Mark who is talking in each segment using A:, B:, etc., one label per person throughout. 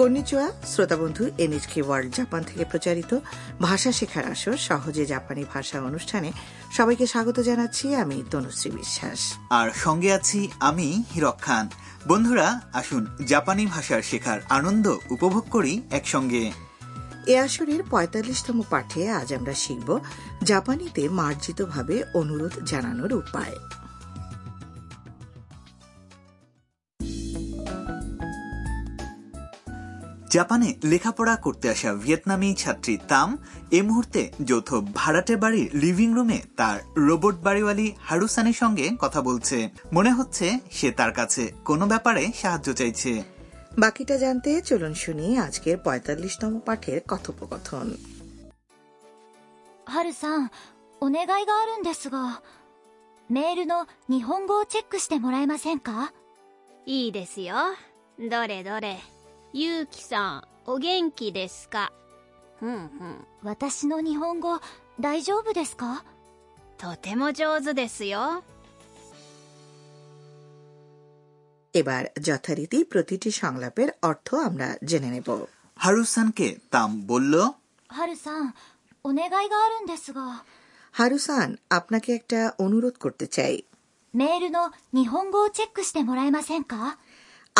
A: কন্নিচুয়া শ্রোতা বন্ধু এনএচকে world Japan থেকে প্রচারিত ভাষা শেখার আসর সহজে জাপানি ভাষা অনুষ্ঠানে সবাইকে স্বাগত জানাচ্ছি আমি তনুশ্রী বিশ্বাস
B: আর সঙ্গে আছি আমি হিরক খান বন্ধুরা আসুন জাপানি ভাষার শেখার আনন্দ উপভোগ করি একসঙ্গে
A: এ আসরের পঁয়তাল্লিশতম পাঠে আজ আমরা শিখব জাপানিতে মার্জিতভাবে অনুরোধ জানানোর উপায়
B: জাপানে লেখাপড়া করতে আসা ভিয়েতনামি ছাত্রী তাম এ মুহূর্তে যৌথ ভাড়াটে বাড়ির লিভিং রুমে তার রোবট বাড়িওয়ালি হারুসানের সঙ্গে কথা বলছে মনে হচ্ছে সে তার কাছে কোনো ব্যাপারে সাহায্য চাইছে
A: বাকিটা জানতে চলুন শুনি আজকের পঁয়তাল্লিশতম পাঠের কথোপকথন
C: ハルさん、お願いがあるんですが、メールの日本語をチェックしてもらえませんか
D: いいですよ。どれどれ。ゆうきさん、お元気ですかふんふん。
C: 私の日本語、大丈夫ですか
D: とても上手ですよ。
A: এবার যথারীতি প্রতিটি সংলাপের অর্থ আমরা জেনে নেব
B: হারুসানকে তাম বলল
C: ハルさん、お願いがあるんですが、
A: হারুসান আপনাকে একটা অনুরোধ করতে চাই
C: メールの日本語をチェックしてもらえませんか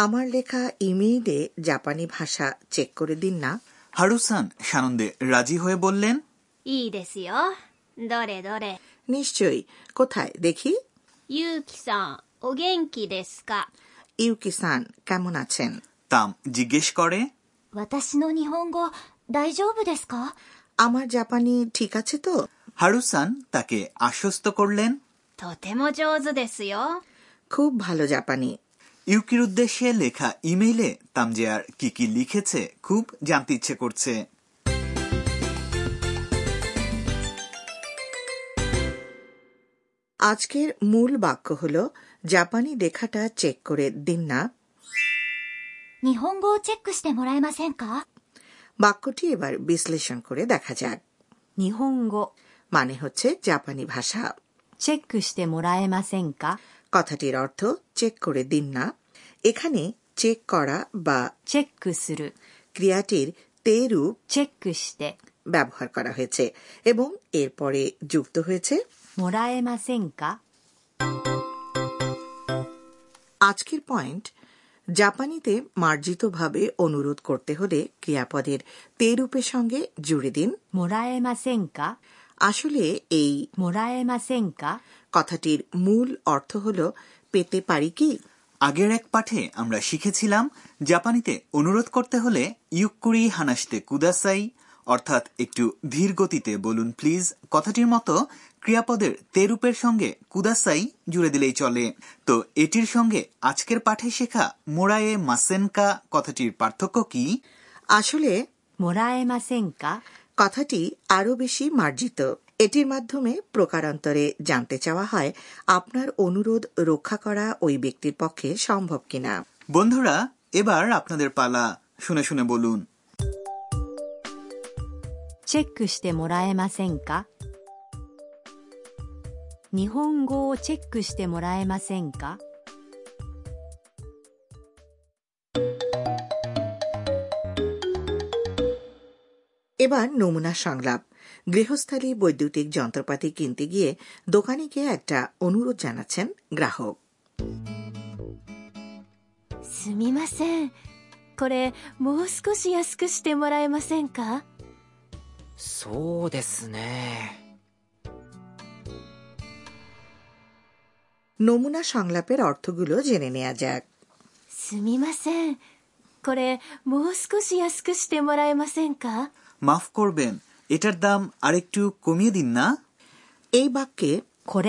A: আমার লেখা ইমেইলে জাপানি ভাষা চেক করে দিন না
B: হারুসান সানন্দে রাজি হয়ে বললেন
D: いいですよ。どれどれ。
A: নিশ্চয়ই কোথায় দেখি
D: ゆうきさん、お元気ですか
A: ইউকিসান কেমন আছেন
B: তাম জিজ্ঞেস করে
C: 私の日本語、大丈夫ですか
A: আমার জাপানি ঠিক আছে তো
B: হারুসান তাকে আশ্বস্ত করলেন
D: とても上手ですよ。
A: খুব ভালো জাপানি
B: ইউকির উদ্দেশ্যে লেখা ইমেইলে তামজেয়ার কি কি লিখেছে খুব জানতে ইচ্ছে করছে
A: আজকের মূল বাক্য হল জাপানি লেখাটা চেক করে দিন না
C: 日本語をチェックしてもらえませんか
A: বাক্যটি এবার বিশ্লেষণ করে দেখা যাক
E: 日本語
A: মানে হচ্ছে জাপানি ভাষা
E: チェックしてもらえませんか
A: কথাটির অর্থ চেক করে দিন না এখানে চেক করা বা
E: チェックする
A: ক্রিয়াটির তে রূপ
E: チェックして、
A: ব্যবহার করা হয়েছে এবং এরপরে যুক্ত হয়েছে
E: もらえませんか
A: আজকের পয়েন্ট জাপানিতে মার্জিতভাবে অনুরোধ করতে হলে ক্রিয়াপদের তে রূপের সঙ্গে জুড়ে দিন
E: もらえませんか
A: আসলে এই
E: もらえませんか
A: কথাটির মূল অর্থ হল পেতে পারি কি
B: আগের এক পাঠে আমরা শিখেছিলাম জাপানিতে অনুরোধ করতে হলে ইউকুরি হানাসতে কুদাসাই অর্থাৎ একটু ধীর গতিতে বলুন প্লিজ কথাটির মতো ক্রিয়াপদের তেরূপের সঙ্গে কুদাসাই জুড়ে দিলেই চলে তো এটির সঙ্গে আজকের পাঠে শেখা মোড়ায়ে মাসেনকা কথাটির পার্থক্য কি
A: আসলে
E: もらえませんか
A: কথাটি আরও বেশি মার্জিত এটির মাধ্যমে প্রকারান্তরে জানতে চাওয়া হয় আপনার অনুরোধ রক্ষা করা ওই ব্যক্তির পক্ষে সম্ভব কিনা
B: বন্ধুরা এবার আপনাদের পালা শুনে শুনে বলুন
E: チェックしてもらえませんか日本語をチェックしてもらえませんか
A: এবার নমুনা সংলাপ গৃহস্থালী বৈদ্যুতিক যন্ত্রপাতি কিনতে গিয়ে দোকানিকে একটা অনুরোধ জানাচ্ছেন গ্রাহক
F: すみませんこれもう少し安くしてもらえませんか
G: そうですね。
A: নমুনা সংলাপের অর্থগুলো জেনে নেওয়া যাক
F: すみませんこれもう少し安くしてもらえませんか
B: মাফ করবেন এটার দাম আরেকটু কমিয়ে দিন না
A: এই বাক্যে
E: これ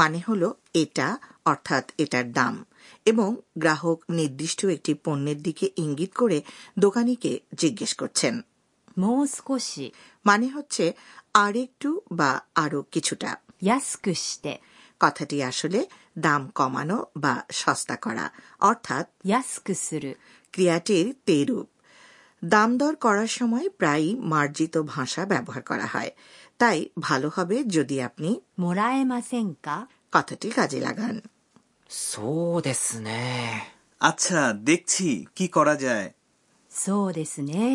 A: মানে হল এটা অর্থাৎ এটার দাম এবং গ্রাহক নির্দিষ্ট একটি পণ্যের দিকে ইঙ্গিত করে দোকানিকে জিজ্ঞেস করছেন
E: もう少し
A: মানে হচ্ছে আর একটু বা আরো কিছুটা
E: 安くして、
A: কথাটি আসলে দাম কমানো বা সস্তা করা অর্থাৎ
E: 安くする、
A: ক্রিয়াটির তেরূপ দামদর করার সময় প্রায়ই মার্জিত ভাষা ব্যবহার করা হয় তাই ভালো হবে যদি আপনি
E: もらえませんか
A: কথাটি কাজে লাগান
G: そうですね。
B: আচ্ছা দেখছি কি করা যায়
E: そうですね。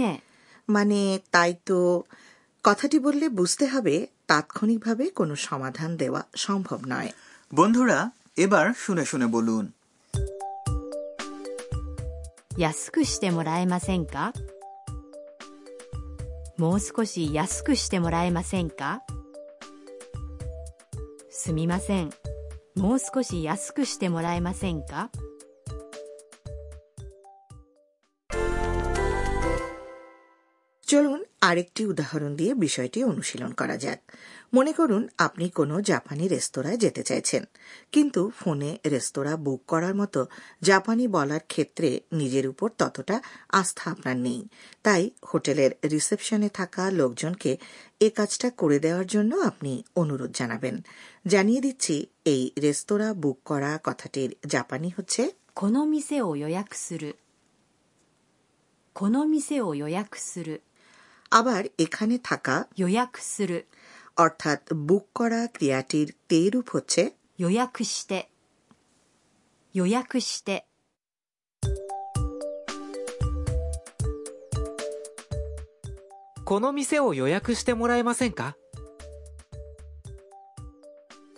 A: মানে তাই তো কথাটি বললে বুঝতে হবে তাৎক্ষণিকভাবে কোনো সমাধান দেওয়া সম্ভব নয়
B: বন্ধুরা এবার শুনে শুনে বলুন
E: 安くしてもらえませんかもう少し安くしてもらえませんかすみません。もう少し安くしてもらえませんか
A: চলুন আরেকটি উদাহরণ দিয়ে বিষয়টি অনুশীলন করা যাক মনে করুন আপনি কোনো জাপানি রেস্তোরাঁয় যেতে চাইছেন কিন্তু ফোনে রেস্তোরাঁ বুক করার মতো জাপানি বলার ক্ষেত্রে নিজের উপর ততটা আস্থা আপনার নেই তাই হোটেলের রিসেপশনে থাকা লোকজনকে এ কাজটা করে দেওয়ার জন্য আপনি অনুরোধ জানাবেন জানিয়ে দিচ্ছি এই রেস্তোরাঁ বুক করা কথাটির জাপানি হচ্ছে
E: この店を予約する。この店を予約する。
A: আবার এখানে থাকা
E: 予約する。
A: অর্থাৎ বুক করা ক্রিয়াটির তে রূপ হচ্ছে
E: 予約して。予約して。
G: この店を予約してもらえませんか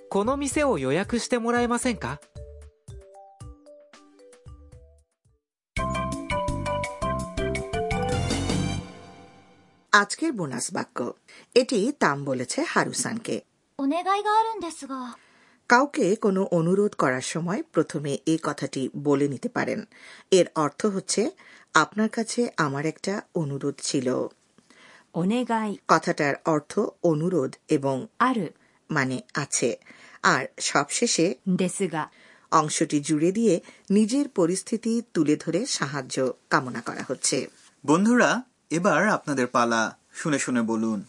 G: この店を予約してもらえませんか
A: আজকের বোনাস বাক্য এটি তাম বলেছে হারুসানকে
C: お願いがあるんですが
A: কাউকে কোনো অনুরোধ করার সময় প্রথমে এই কথাটি বলে নিতে পারেন এর অর্থ হচ্ছে আপনার কাছে আমার একটা অনুরোধ ছিল
E: お願い。
A: কথাটার অর্থ অনুরোধ এবং
E: ある。
A: মানে আছে আর সবশেষে
E: ですが。
A: অংশটি জুড়ে দিয়ে নিজের পরিস্থিতি তুলে ধরে সাহায্য কামনা করা হচ্ছে
B: বন্ধুরা এবার আপনাদের পালা শুনে শুনে বলুন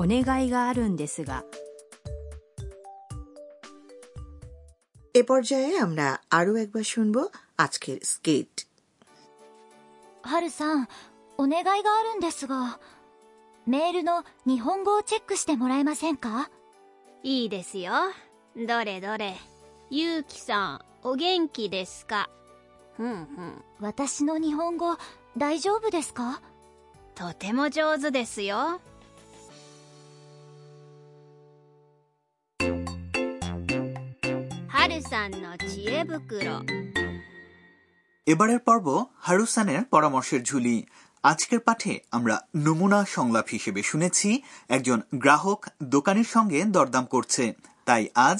E: お願いがあるんですが。
A: এ পর্যায়ে আমরা আরও একবার শুনব আজকের স্কেট
C: ハルさんお願いがあるんですがメールの日本語をチェックしてもらえませんか
D: いいですよどれどれゆうきさんお元気ですかふんふん
C: 私の日本語大丈夫ですか
D: とても上手ですよはるさんの知恵袋
B: এবারের পর্ব হারুসানের পরামর্শের ঝুলি আজকের পাঠে আমরা নমুনা সংলাপ হিসেবে শুনেছি একজন গ্রাহক দোকানের সঙ্গে দরদাম করছে তাই আজ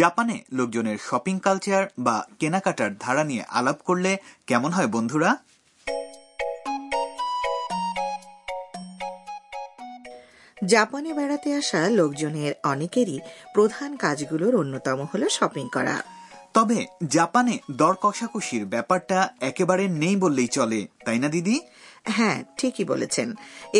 B: জাপানে লোকজনের শপিং কালচার বা কেনাকাটার ধারা নিয়ে আলাপ করলে কেমন হয় বন্ধুরা
A: জাপানে বেড়াতে আসা লোকজনের অনেকেরই প্রধান কাজগুলোর অন্যতম হলো শপিং করা
B: তবে জাপানে দর কষাকষির ব্যাপারটা একেবারে নেই বললেই চলে তাই না দিদি
A: হ্যাঁ ঠিকই বলেছেন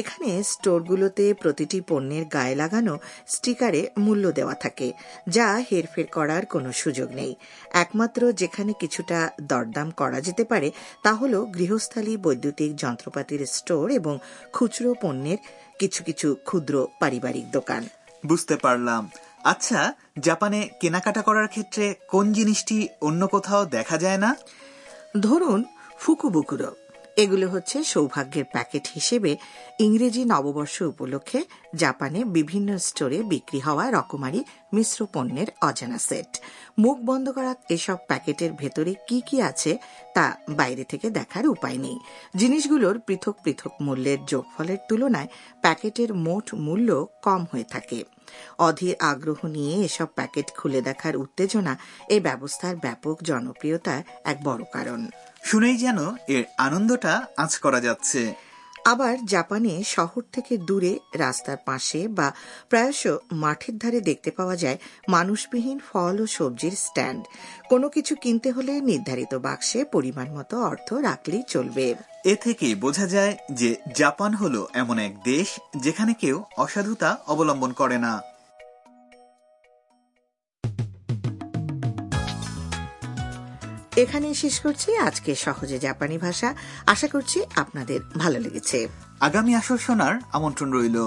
A: এখানে স্টোরগুলোতে প্রতিটি পণ্যের গায়ে লাগানো স্টিকারে মূল্য দেওয়া থাকে যা হেরফের করার কোনো সুযোগ নেই একমাত্র যেখানে কিছুটা দরদাম করা যেতে পারে তা হল গৃহস্থালী বৈদ্যুতিক যন্ত্রপাতির স্টোর এবং খুচরো পণ্যের কিছু কিছু ক্ষুদ্র পারিবারিক দোকান
B: বুঝতে পারলাম আচ্ছা জাপানে কেনাকাটা করার ক্ষেত্রে কোন জিনিসটি অন্য কোথাও দেখা যায় না
A: ধরুন ফুকুবুকুরো এগুলো হচ্ছে সৌভাগ্যের প্যাকেট হিসেবে ইংরেজি নববর্ষ উপলক্ষে জাপানে বিভিন্ন স্টোরে বিক্রি হওয়া রকমারি মিশ্র পণ্যের অজানা সেট মুখ বন্ধ করা এসব প্যাকেটের ভেতরে কি কি আছে তা বাইরে থেকে দেখার উপায় নেই জিনিসগুলোর পৃথক পৃথক মূল্যের যোগফলের তুলনায় প্যাকেটের মোট মূল্য কম হয়ে থাকে অধীর আগ্রহ নিয়ে এসব প্যাকেট খুলে দেখার উত্তেজনা এই ব্যবস্থার ব্যাপক জনপ্রিয়তার এক বড় কারণ
B: শুনেই যেন এর আনন্দটা আজ করা যাচ্ছে
A: আবার জাপানে শহর থেকে দূরে রাস্তার পাশে বা প্রায়শ মাঠের ধারে দেখতে পাওয়া যায় মানুষবিহীন ফল ও সবজির স্ট্যান্ড কোনো কিছু কিনতে হলে নির্ধারিত বাক্সে পরিমাণ মতো অর্থ রাখলেই চলবে
B: এ থেকেই বোঝা যায় যে জাপান হলো এমন এক দেশ যেখানে কেউ অসাধুতা অবলম্বন করে না
A: এখানেই শেষ করছি আজকে সহজে জাপানি ভাষা আশা করছি আপনাদের ভালো লেগেছে
B: আগামী আসর শোনার আমন্ত্রণ রইল